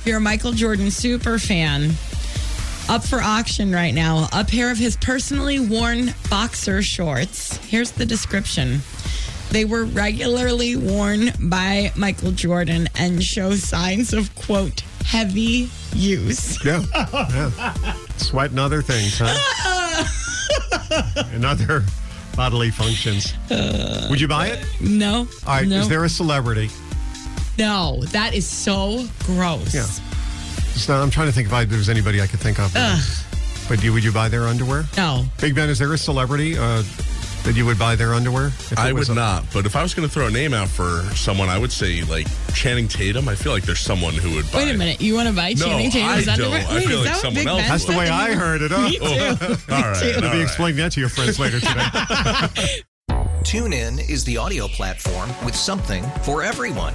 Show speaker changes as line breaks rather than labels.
If you're a Michael Jordan super fan, up for auction right now a pair of his personally worn boxer shorts. Here's the description. They were regularly worn by Michael Jordan and show signs of, quote, heavy use.
Yeah. yeah. Sweating other things, huh? and other bodily functions. Would you buy it?
No.
All right.
No.
Is there a celebrity?
No. That is so gross.
Yeah. So I'm trying to think if I, there was anybody I could think of.
Ugh.
But do, would you buy their underwear?
No.
Big Ben, is there a celebrity uh, that you would buy their underwear?
I would not. But if I was going to throw a name out for someone, I would say like Channing Tatum. I feel like there's someone who would buy.
Wait a minute. You want to buy
No,
Channing Tatum's
I don't.
underwear?
I
Wait,
feel
is
like
that what
someone
Big Ben
else would.
That's the
said
way
to
I
me?
heard it. Huh?
Me
Oh,
too.
All right.
I'm
all
going to be
right.
explaining that to your friends later today.
TuneIn is the audio platform with something for everyone.